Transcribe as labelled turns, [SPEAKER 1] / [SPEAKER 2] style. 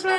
[SPEAKER 1] fingers.